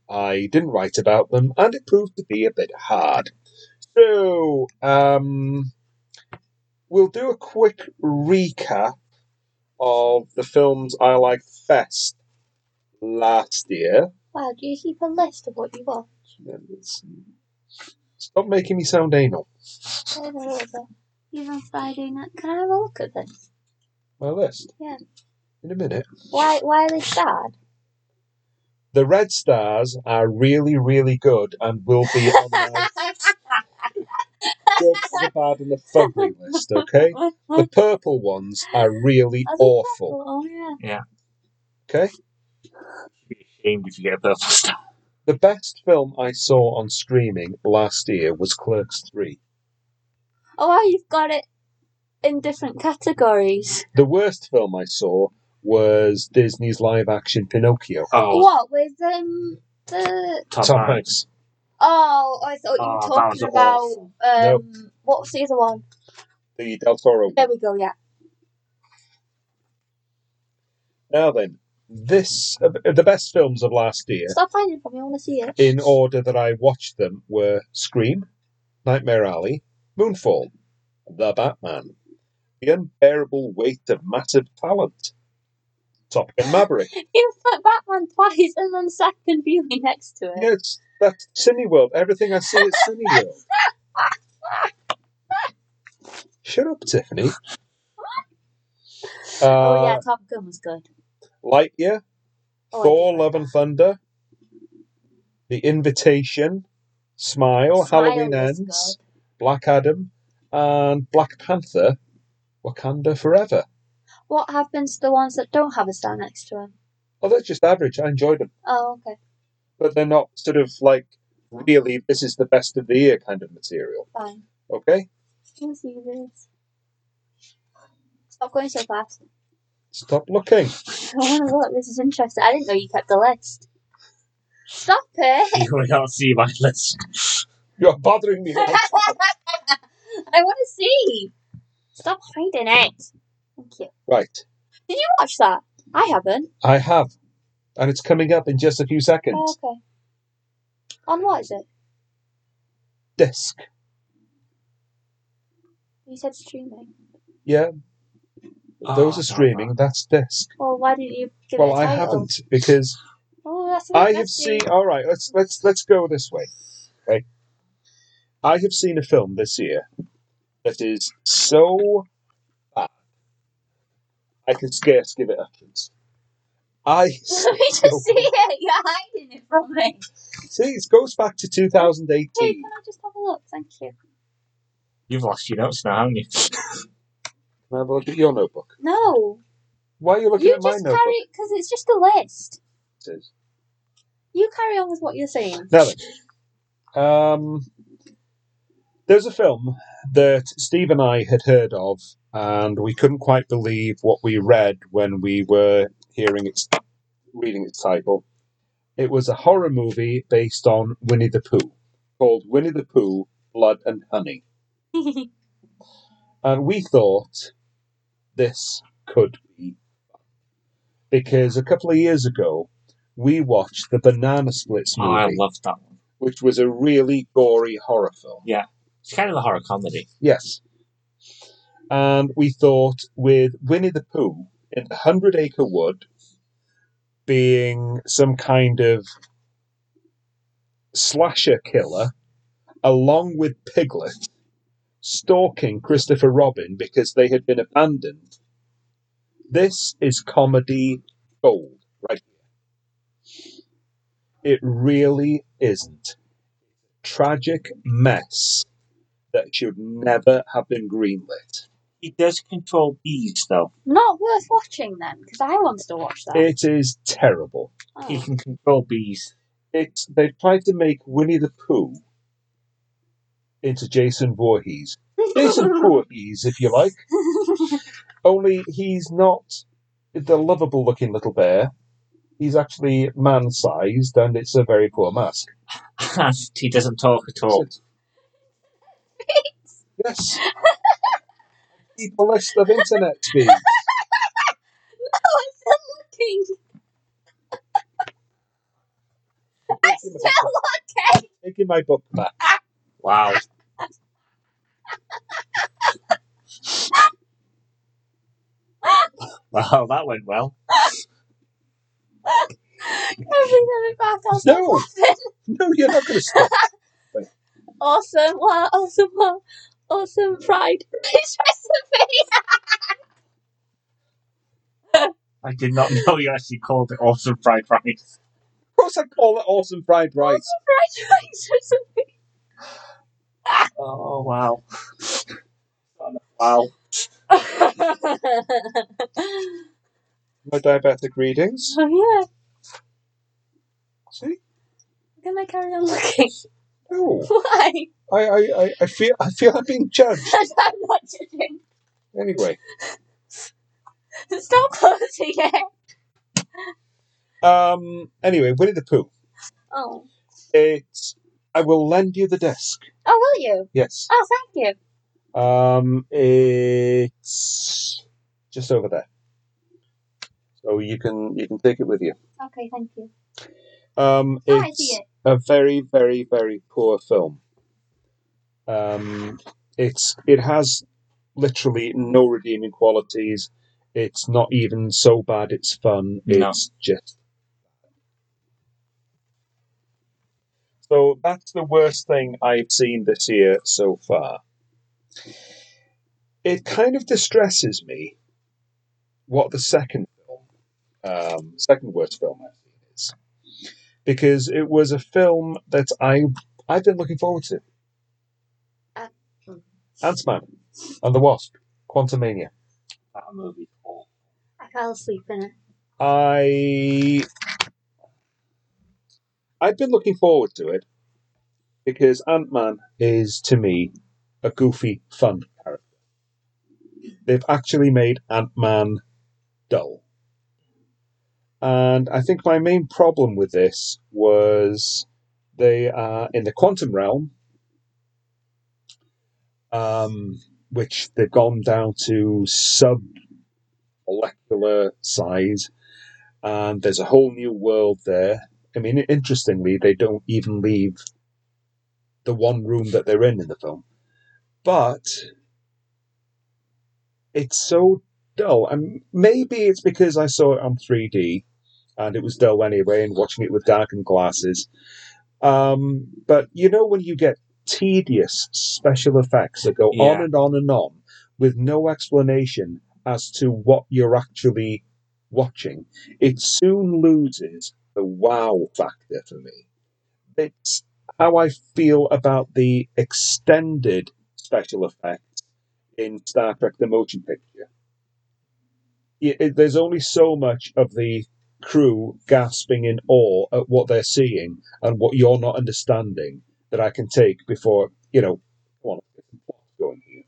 I didn't write about them and it proved to be a bit hard. So, um, we'll do a quick recap of the films I liked best last year.
wow, do you keep a list of what you watch?
It's- Stop making me sound anal.
Over and over. Even Friday night. Can I have a look at this?
My list.
Yeah.
In a minute.
Why, why are they *laughs* sad?
The Red
*laughs*
Stars are really, really good and will be on my good, the bad, and the fugly list, okay? The purple ones are really awful,
Oh, yeah.
okay?
You'd be ashamed if you get a purple star.
The best film I saw on streaming last year was Clerks 3.
Oh, wow, you've got it in different categories.
The worst film I saw was Disney's live action Pinocchio.
Oh,
What, with um, the.
Tom,
Tom
Hanks.
Hanks.
Oh, I thought you
Oh,
Ah,
were
that was
talking about.
awful.
Nope.
Um, What was the other one?
The Del Toro.
There we go, yeah.
Now then, this uh, the best films of last year,
Stop finding it for me, I want to see it.
in order that I watched them, were Scream, Nightmare Alley, Moonfall, The Batman, The Unbearable Weight of Massive Talent, Top Gun
*laughs*
Maverick.
*laughs* You put Batman twice and then second viewing next to it.
Yes, that's Cineworld. Everything I see is Cineworld. Shut up, Tiffany. Uh,
*laughs* oh, yeah, Top Gun was good.
Lightyear,
Oh, I
Thor:
did like
Love and Thunder, The Invitation, Smile,
Smile
Halloween
was
Ends, Black Adam, and Black Panther: Wakanda Forever.
What happens to the ones that don't have a star next to them?
Oh, that's just average. I enjoyed them,
Oh, okay.
but they're not sort of like really this is the best of the year kind of material.
Fine.
Okay,
Can you see this? Stop going so fast. *laughs*
stop looking.
I want to look. This is interesting. I didn't know you kept the list. Stop it.
*laughs*
*laughs*
You can't see my list.
You're bothering me.
I want to see. Stop hiding it. Thank you.
right,
Did you watch that? I haven't.
I have, and it's coming up in just a few seconds.
Oh, okay. On what is it?
Disc.
You said streaming.
Yeah, those
Oh,
are streaming. That's disc.
Well, why didn't you give
Well,
it a
I
title?
haven't because
Oh, that's
I
interesting.
have seen. All right, let's let's let's go this way. Right, I have seen a film this year that is so bad I can scarce give it utterance. I *laughs*
*laughs* Let me
Oh.
just see it. You're hiding it from me.
see. It goes back to
Hey,
2018.
can I just have a look? Thank you.
You've lost your notes now, haven't you?
Can I have a look at your notebook?
No,
Why are you looking
you
at my
just
notebook?
carry because it's just a list.
It says-
You carry on with what
*laughs*
you're saying.
Now then, um, there's a film that Steve and I had heard of, and we couldn't quite believe what we read when we were hearing its reading its title. It was a horror movie based on Winnie the Pooh called Winnie the Pooh Blood and Honey. And we thought this could be because a couple of years ago we watched the Banana Splits
Oh, I
movie,
loved that one.
which was a really gory horror film.
It's kind of a horror comedy.
Yes. And we thought with Winnie the Pooh in the Hundred Acre Wood being some kind of slasher killer along with Piglet stalking Christopher Robin because they had been abandoned. This is comedy gold, right? It really isn't. Tragic mess that should never have been greenlit.
He does control bees, though.
Not worth watching then, because I wanted to watch that.
It is terrible.
He
*laughs* Oh.
can control bees. *laughs*
It's they tried to make Winnie the Pooh into Jason Voorhees.
*laughs*
Jason Voorhees, if you like.
Oh,
Only he's not the lovable looking little bear. He's actually man sized and it's a very poor mask.
And he doesn't talk at all.
That's it. Yes. Keep a list of internet speed.
oh, I'm still
I'm
looking. Still looking.
taking my book back. *laughs*
Wow. Well, that went well.
Can we have it back? I'll stop
No.
laughing.
No, you're not going to stop.
Awesome! Wow! Awesome! Wow! Awesome! Pride. *laughs* It's just a *laughs* face.
I did not know you actually called it awesome fried rice.
Of course, I call it awesome fried rice.
Fried rice. It's a face.
Oh, wow. Wow.
*laughs* My diabetic readings.
*laughs* so yeah,
See?
can I carry on *laughs* looking?
No.
Why? *laughs*
I, I, I, I feel I feel I'm being judged.
I'm not judging.
Anyway.
Stop closing it.
Um anyway, Winnie the Pooh.
Oh,
It's I will lend you the desk.
oh, will you?
Yes.
Oh, thank you.
Um it's just over there. So you can you can take it with you.
Okay, thank you.
Um
Hi,
it's
dear.
a very, very, very poor film. Um, it's it has literally no redeeming qualities. It's not even so bad. It's fun.
No.
It's just so that's the worst thing I've seen this year so far. It kind of distresses me what the second film, um, second worst film I've seen is, because it was a film that I I've been looking forward to.
Uh, hmm.
Ant Man and the Wasp, Quantumania.
That movie. Oh,
I fell asleep in it.
I I've been looking forward to it because Ant Man is to me a goofy, fun character. They've actually made Ant Man dull, and I think my main problem with this was they are in the quantum realm, um, which they've gone down to sub molecular size, and there's a whole new world there. I mean, interestingly, they don't even leave the one room that they're in in the film. But it's so dull. And maybe it's because I saw it on 3D and it was dull anyway, and watching it with darkened glasses. Um, but you know, when you get tedious special effects that go on
Yeah.
and on and on with no explanation as to what you're actually watching, it soon loses the wow factor for me it's how I feel about the extended special effects in Star Trek: The Motion Picture. It, it- there's only so much of the crew gasping in awe at what they're seeing and what you're not understanding that I can take before you know. Come on, what's going here?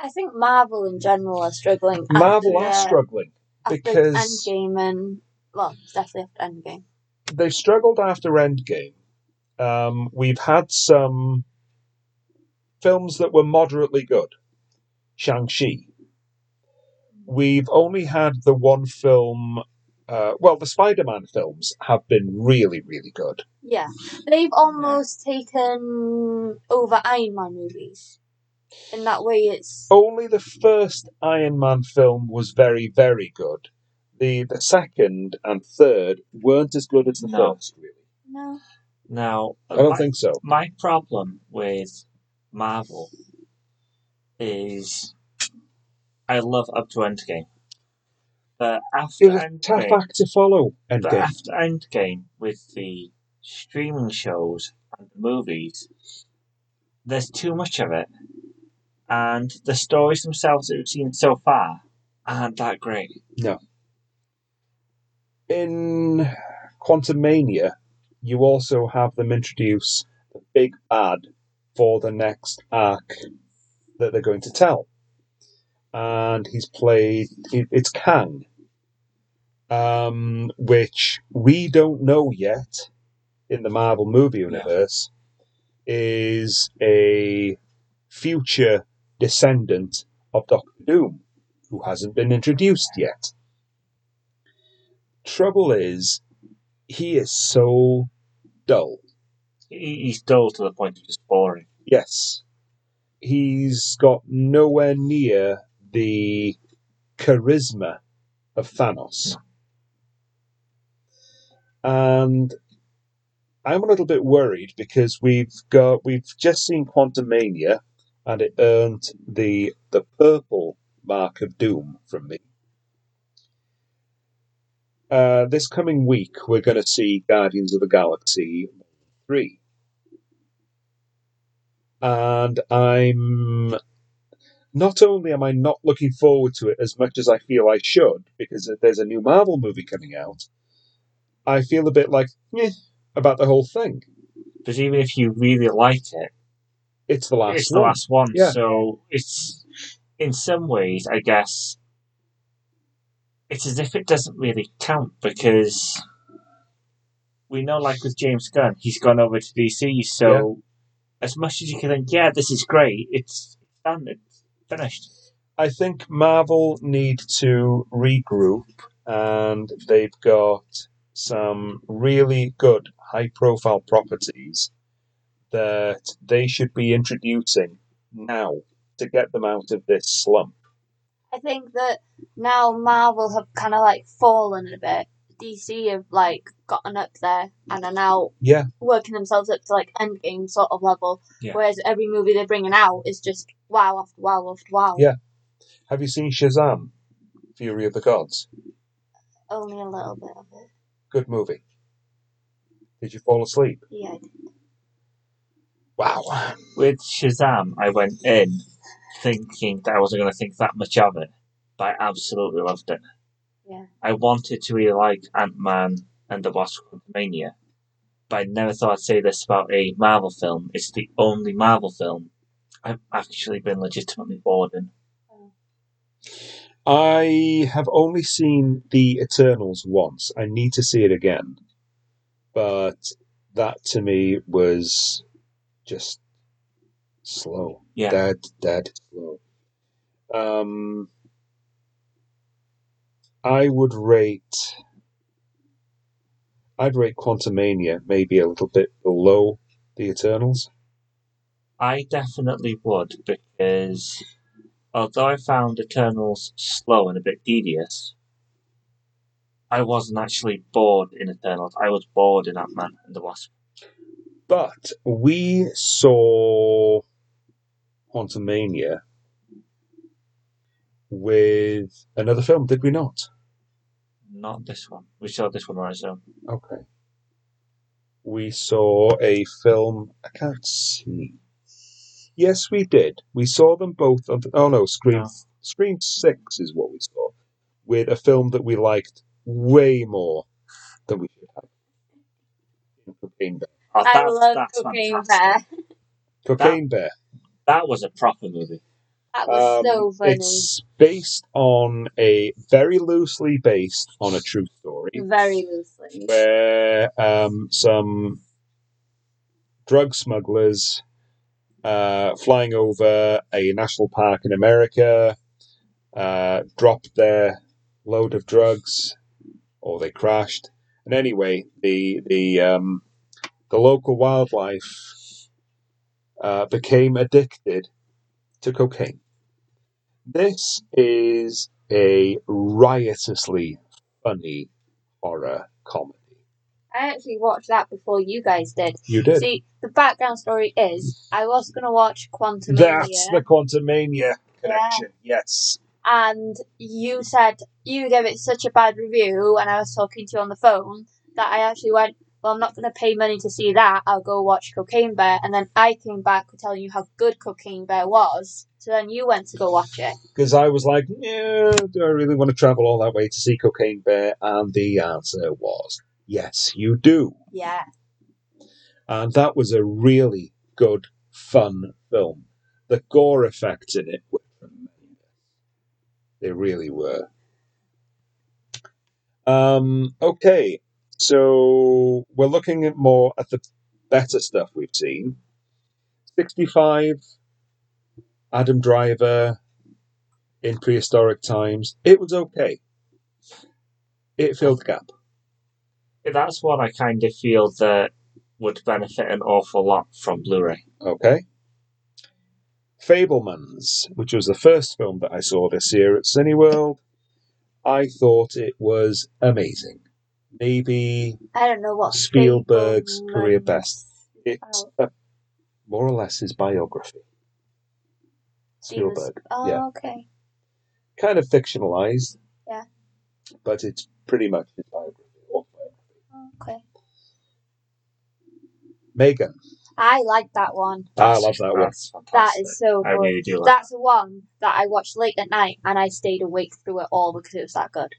I think Marvel in general are struggling.
Marvel
after,
are struggling
after
because
Endgame and well, definitely after Endgame.
they've struggled after Endgame. Um, we've had some films that were moderately good. Shang Chi, we've only had the one film. Uh, well, the Spider-Man films have been really, really good.
Yeah, they've almost taken over Iron Man movies. In that way, it's
Only the first Iron Man film was very, very good. The the second and third weren't as good as the
No.
first. Really,
no.
Now,
I don't
my,
think so.
my problem with Marvel is I love up to Endgame, but
It
after
was a tough
Endgame,
act to follow.
but
Endgame.
after Endgame with the streaming shows and the movies, there's too much of it, and the stories themselves that we've seen so far aren't that great.
In Quantum Mania, you also have them introduce the big bad for the next arc that they're going to tell, and he's played. it- It's Kang. um, which we don't know yet in the Marvel movie universe, is a future descendant of Doctor Doom, who hasn't been introduced yet. Trouble is, he is so dull.
He- He's dull to the point of just boring.
Yes, he's got nowhere near the charisma of Thanos. And I'm a little bit worried because we've got we've just seen Quantum Mania and it earned the the purple mark of doom from me. Uh, this coming week we're going to see Guardians of the Galaxy three, and I'm not only am I not looking forward to it as much as I feel I should because there's a new Marvel movie coming out. I feel a bit like eh, about the whole thing.
Because even if you really like it,
It's the last
it's the
one.
last one.
Yeah.
So it's in some ways, I guess, it's as if it doesn't really count because we know, like with James Gunn, he's gone over to DC. So as much as you can think, yeah, this is great. It's done. It's finished.
I think Marvel need to regroup, and they've got some really good high profile properties that they should be introducing now to get them out of this slump.
I think that now Marvel have kind of like fallen a bit. DC have like gotten up there and are now
Yeah,
working themselves up to like endgame sort of level.
Yeah.
Whereas every movie they're bringing out is just wow after wow after wow.
Yeah. have you seen Shazam, Fury of the Gods?
Only a little bit of it.
Good movie. Did you fall asleep?
Yeah.
Wow.
With Shazam, I went in thinking that I wasn't going to think that much of it, but I absolutely loved it.
Yeah.
I wanted to really like Ant Man and the Wasp Mania, but I never thought I'd say this about a Marvel film. It's the only Marvel film I've actually been legitimately bored in.
I have only seen the Eternals once. I need to see it again. But that to me was just slow.
Yeah.
Dead, dead slow. Um, I would rate. I'd rate Quantumania maybe a little bit below the Eternals.
I definitely would because although I found Eternals slow and a bit tedious, I wasn't actually bored in Eternals. I was bored in Ant Man and the Wasp.
But we saw Quantumania with another film, did we not?
Not this one. We saw this one on its own.
Okay. We saw a film. I can't see. Yes, we did. We saw them both. On oh no, Scream.
No.
Scream Six is what we saw with a film that we liked way more than we should have. Cocaine Bear.
Oh,
I
that's,
love
that's
Cocaine
fantastic.
Bear.
Cocaine Bear.
That was a proper movie.
That was
Um,
so funny.
It's based on a very loosely based on a true story.
Very loosely.
where um, some drug smugglers uh, flying over a national park in America uh, dropped their load of drugs, or they crashed. And anyway, the the um, the local wildlife uh, became addicted to cocaine. This is a riotously funny horror comedy.
I actually watched that before you guys did.
You did.
See, the background story is I was going to watch Quantum
That's the Quantumania connection. Yes.
and you said you gave it such a bad review when I was talking to you on the phone that I actually went, Well, I'm not going to pay money to see that. I'll go watch Cocaine Bear. And then I came back telling you how good Cocaine Bear was. So then you went to go watch it.
Because I was like, yeah, do I really want to travel all that way to see Cocaine Bear? And the answer was, yes, you do.
Yeah.
And that was a really good, fun film. The gore effects in it were tremendous. They really were. Um, okay, so we're looking at more at the better stuff we've seen. 65, Adam Driver in prehistoric times. It was okay. It filled the gap.
That's one I kind of feel that would benefit an awful lot from Blu-ray.
Okay. Fablemans, which was the first film that I saw this year at Cineworld, I thought it was amazing. Maybe
I don't know what
Spielberg's
Fableman's
career best. it's
about.
a, uh, more or less his biography.
He was-
Spielberg,
Oh,
yeah.
okay.
kind of fictionalized,
Yeah.
but it's pretty much his biography.
Okay.
Megan,
I like that one.
I love that one.
That's
That
fantastic.
is so
I
good.
really do like
That's the one that I watched late at night and I stayed awake through it all because it was that good.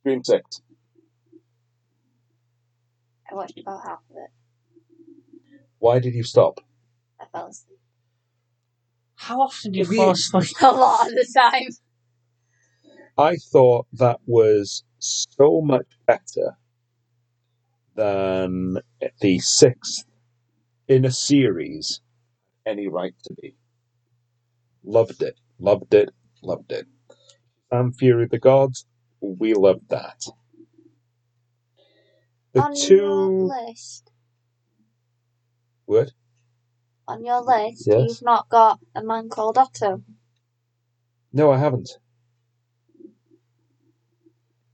Scream Six.
I watched about half of it.
Why did you stop?
I fell asleep.
How often do you
Weird.
fall asleep?
*laughs* A lot of the time.
I thought that was so much better than the sixth in a series. Any right to be. Loved it. Loved it. Loved it. Sam Fury of the Gods. We loved that. The
On
two
your list,
what?
on your list,
Yes.
you've not got a man called Otto.
No, I haven't.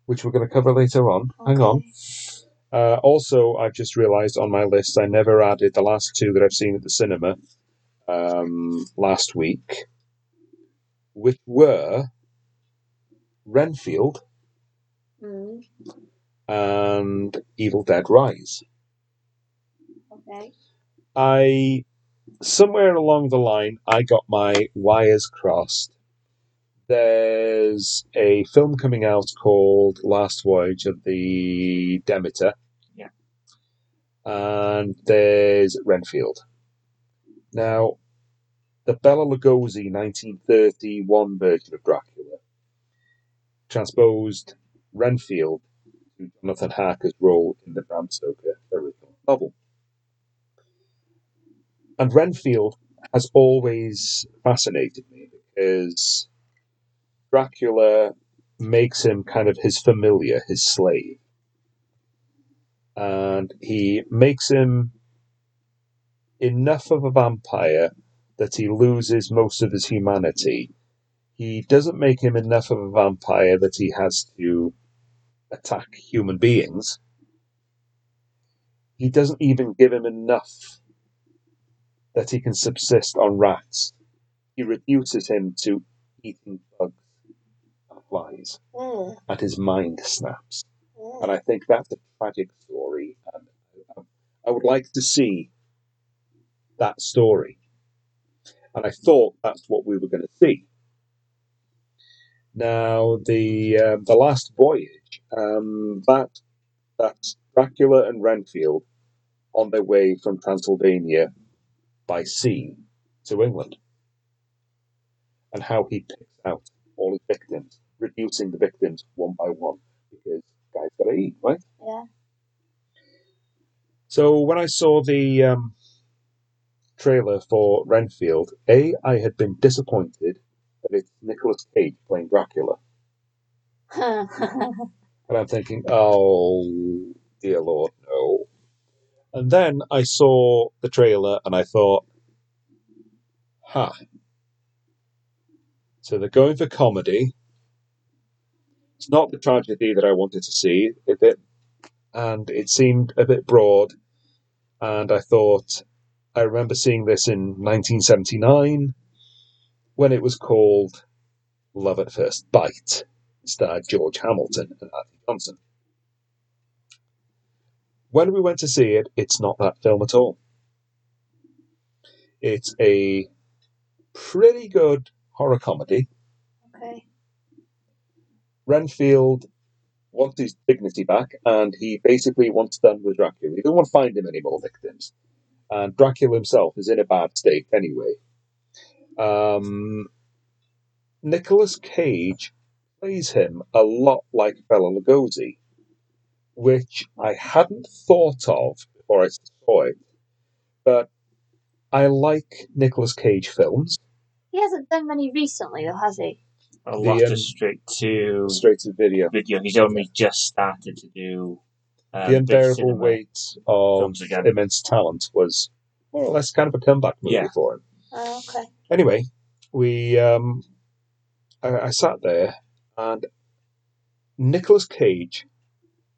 Which we're going to cover later on. Hang on.
Okay.
Uh, also, I've just realised on my list I never added the last two that I've seen at the cinema um, last week, which were Renfield
Mm,
and Evil Dead Rise.
okay.
I somewhere along the line I got my wires crossed. There's a film coming out called Last Voyage of the Demeter.
Yeah.
And there's Renfield. Now, the Bela Lugosi 1931 version of Dracula transposed Renfield to Jonathan Harker's role in the Bram Stoker original novel. And Renfield has always fascinated me because Dracula makes him kind of his familiar, his slave. And he makes him enough of a vampire that he loses most of his humanity. He doesn't make him enough of a vampire that he has to attack human beings. He doesn't even give him enough that he can subsist on rats. He reduces him to eating bugs and flies,
Ugh,
and his mind snaps.
ugh.
and I think that's a tragic story. And I- I would like to see that story, and I thought that's what we were going to see. Now, the um, the last voyage, um, that that's Dracula and Renfield on their way from Transylvania by sea to England, and how he picks out all his victims, reducing the victims one by one because guys got to eat, right?
Yeah.
So when I saw the um, trailer for Renfield, A, I had been disappointed that it's Nicolas Cage playing Dracula. And I'm thinking, oh, dear Lord, no. And then I saw the trailer and I thought, ha. So they're going for comedy. It's not the tragedy that I wanted to see. It, it, and it seemed a bit broad. And I thought, I remember seeing this in 1979 when it was called Love at First Bite, starred George Hamilton and Harvey Johnson. When we went to see it, it's not that film at all. It's a pretty good horror comedy.
*laughs* okay.
Renfield wants his dignity back, and he basically wants done with Dracula. He doesn't want to find him any more victims. And Dracula himself is in a bad state anyway. Um, Nicholas Cage plays him a lot like Bela Lugosi, which I hadn't thought of before I saw it, but I like Nicolas Cage films.
He hasn't done many recently, though, has he?
A lot
um,
of straight to
Straight to video.
video. He's only just started to do um,
the
big
unbearable
cinema.
weight of
films again.
immense talent was more or less kind of a comeback movie
Yeah.
for him.
Oh, okay.
Anyway, we um, I, I sat there and Nicolas Cage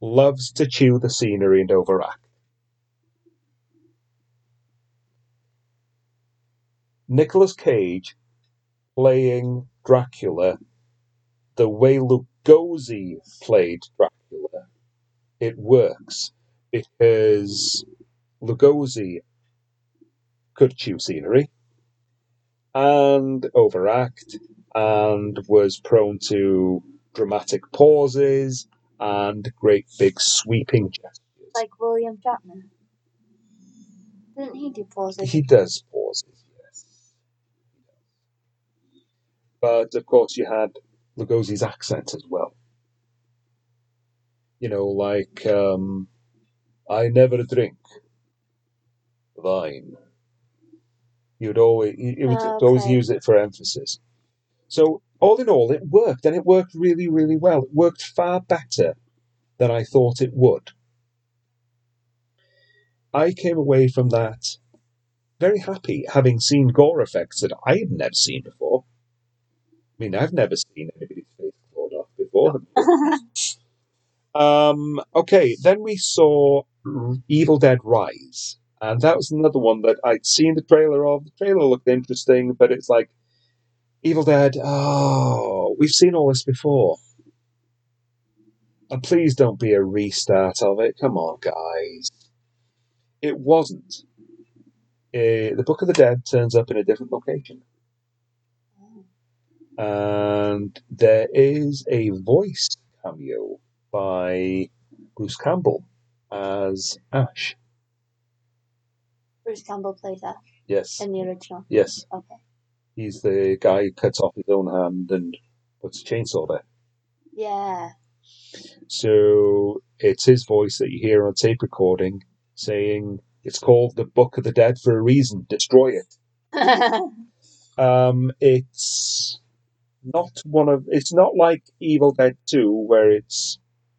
loves to chew the scenery and overact. Nicolas Cage playing Dracula the way Lugosi played Dracula, it works because Lugosi could chew scenery and overact and was prone to dramatic pauses and great big sweeping gestures.
Like William Shatner. Didn't he do pauses?
He does pauses, yes. But of course, you had Lugosi's accent as well. You know, like, um, I never drink wine. You'd always, he he would
Oh,
always
okay.
use it for emphasis. So, all in all, it worked, and it worked really, really well. It worked far better than I thought it would. I came away from that very happy, having seen gore effects that I had never seen before. I mean, I've never seen anybody's face clawed off before. Um, okay, then we saw Evil Dead Rise, and that was another one that I'd seen the trailer of. The trailer looked interesting, but it's like Evil Dead. Oh, we've seen all this before, and please don't be a restart of it. Come on, guys. It wasn't. Uh, the Book of the Dead turns up in a different location. and there is a voice cameo by Bruce Campbell as Ash.
*laughs* Bruce Campbell played that
Yes,
in the original.
yes,
Okay.
he's the guy who cuts off his own hand and puts a chainsaw there.
*laughs* Yeah.
So it's his voice that you hear on tape recording saying, "It's called the Book of the Dead for a reason. Destroy it." Um, it's not one of. It's not like Evil Dead Two, where it's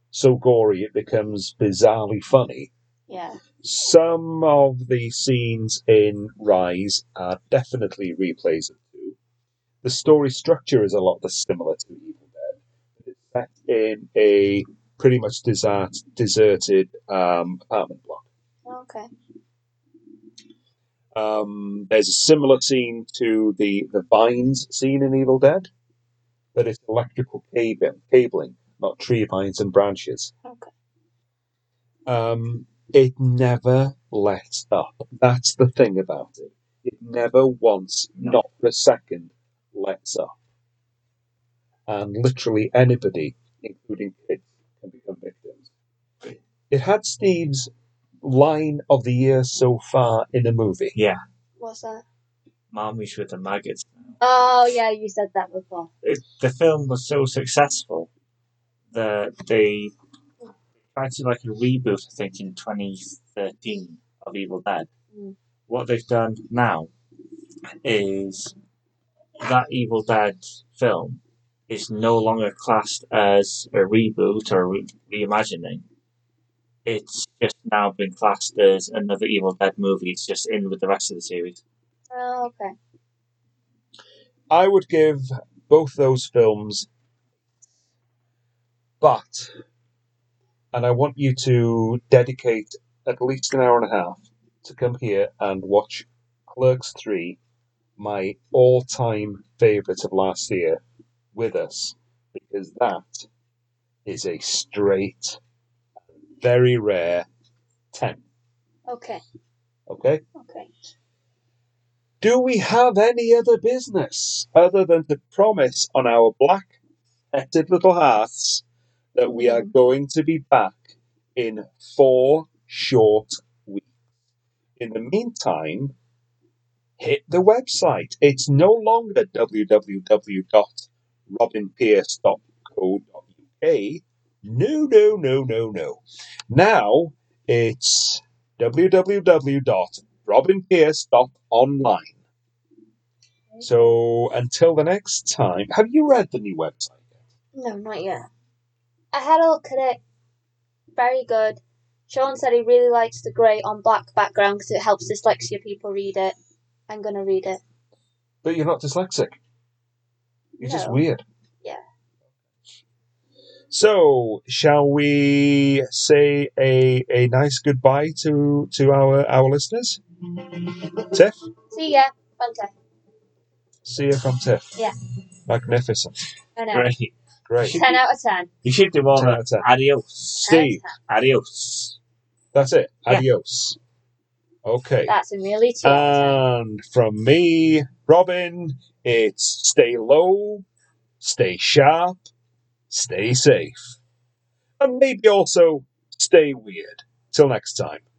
so gory it becomes bizarrely funny.
yeah.
Some of the scenes in Rise are definitely replays of two. The story structure is a lot less similar to Evil Dead. It's set in a pretty much desert, deserted um, apartment block.
Okay.
Um, there's a similar scene to the, the vines scene in Evil Dead, but it's electrical cabling, cabling not tree vines and branches.
Okay.
um, it never lets up. That's the thing about it. It never once,
No.
not for a second, lets up. And literally anybody, including kids, can become victims. It had Steve's line of the year so far in a movie.
Yeah,
What's that?
Marmite with the maggots.
Oh, yeah, you said that before.
It, the film was so successful that they tried to like a reboot, I think, in 2013 of Evil Dead.
Mm.
What they've done now is that Evil Dead film is no longer classed as a reboot or re- reimagining. It's just now been classed as another Evil Dead movie. It's just in with the rest of the series.
Oh, okay.
I would give both those films, but, and I want you to dedicate at least an hour and a half to come here and watch Clerks 3 my all time favourite of last year with us because that is a straight, very rare 10.
Okay.
Okay?
Okay.
Do we have any other business other than to promise on our black, petted little hearts that we are
Mm.
going to be back in four short weeks? In the meantime, hit the website. It's no longer www.robinpierce.co.uk. No, no, no, no, no. Now it's www.robinpierce.online. So until the next time, have you read the new website?
No, not yet. I had a look at it. Very good. Sean said he really likes the grey on black background because it helps dyslexia people read it. I'm going to read it.
But you're not dyslexic. You're just
No.
weird.
Yeah.
So, shall we say a, a nice goodbye to, to our, our listeners? Tiff?
See ya. Fantastic.
See you from Tiff.
Yeah.
Magnificent.
I know.
Great.
Great.
Ten out of ten.
You should do all
Ten out
that.
of ten.
Adios.
Ten out of
Steve.
ten.
Adios.
That's it.
Yeah.
Adios. Okay.
That's a really two out
Uh,
of ten.
And from me, Robin, it's stay low, stay sharp, stay safe, and maybe also stay weird. Till next time.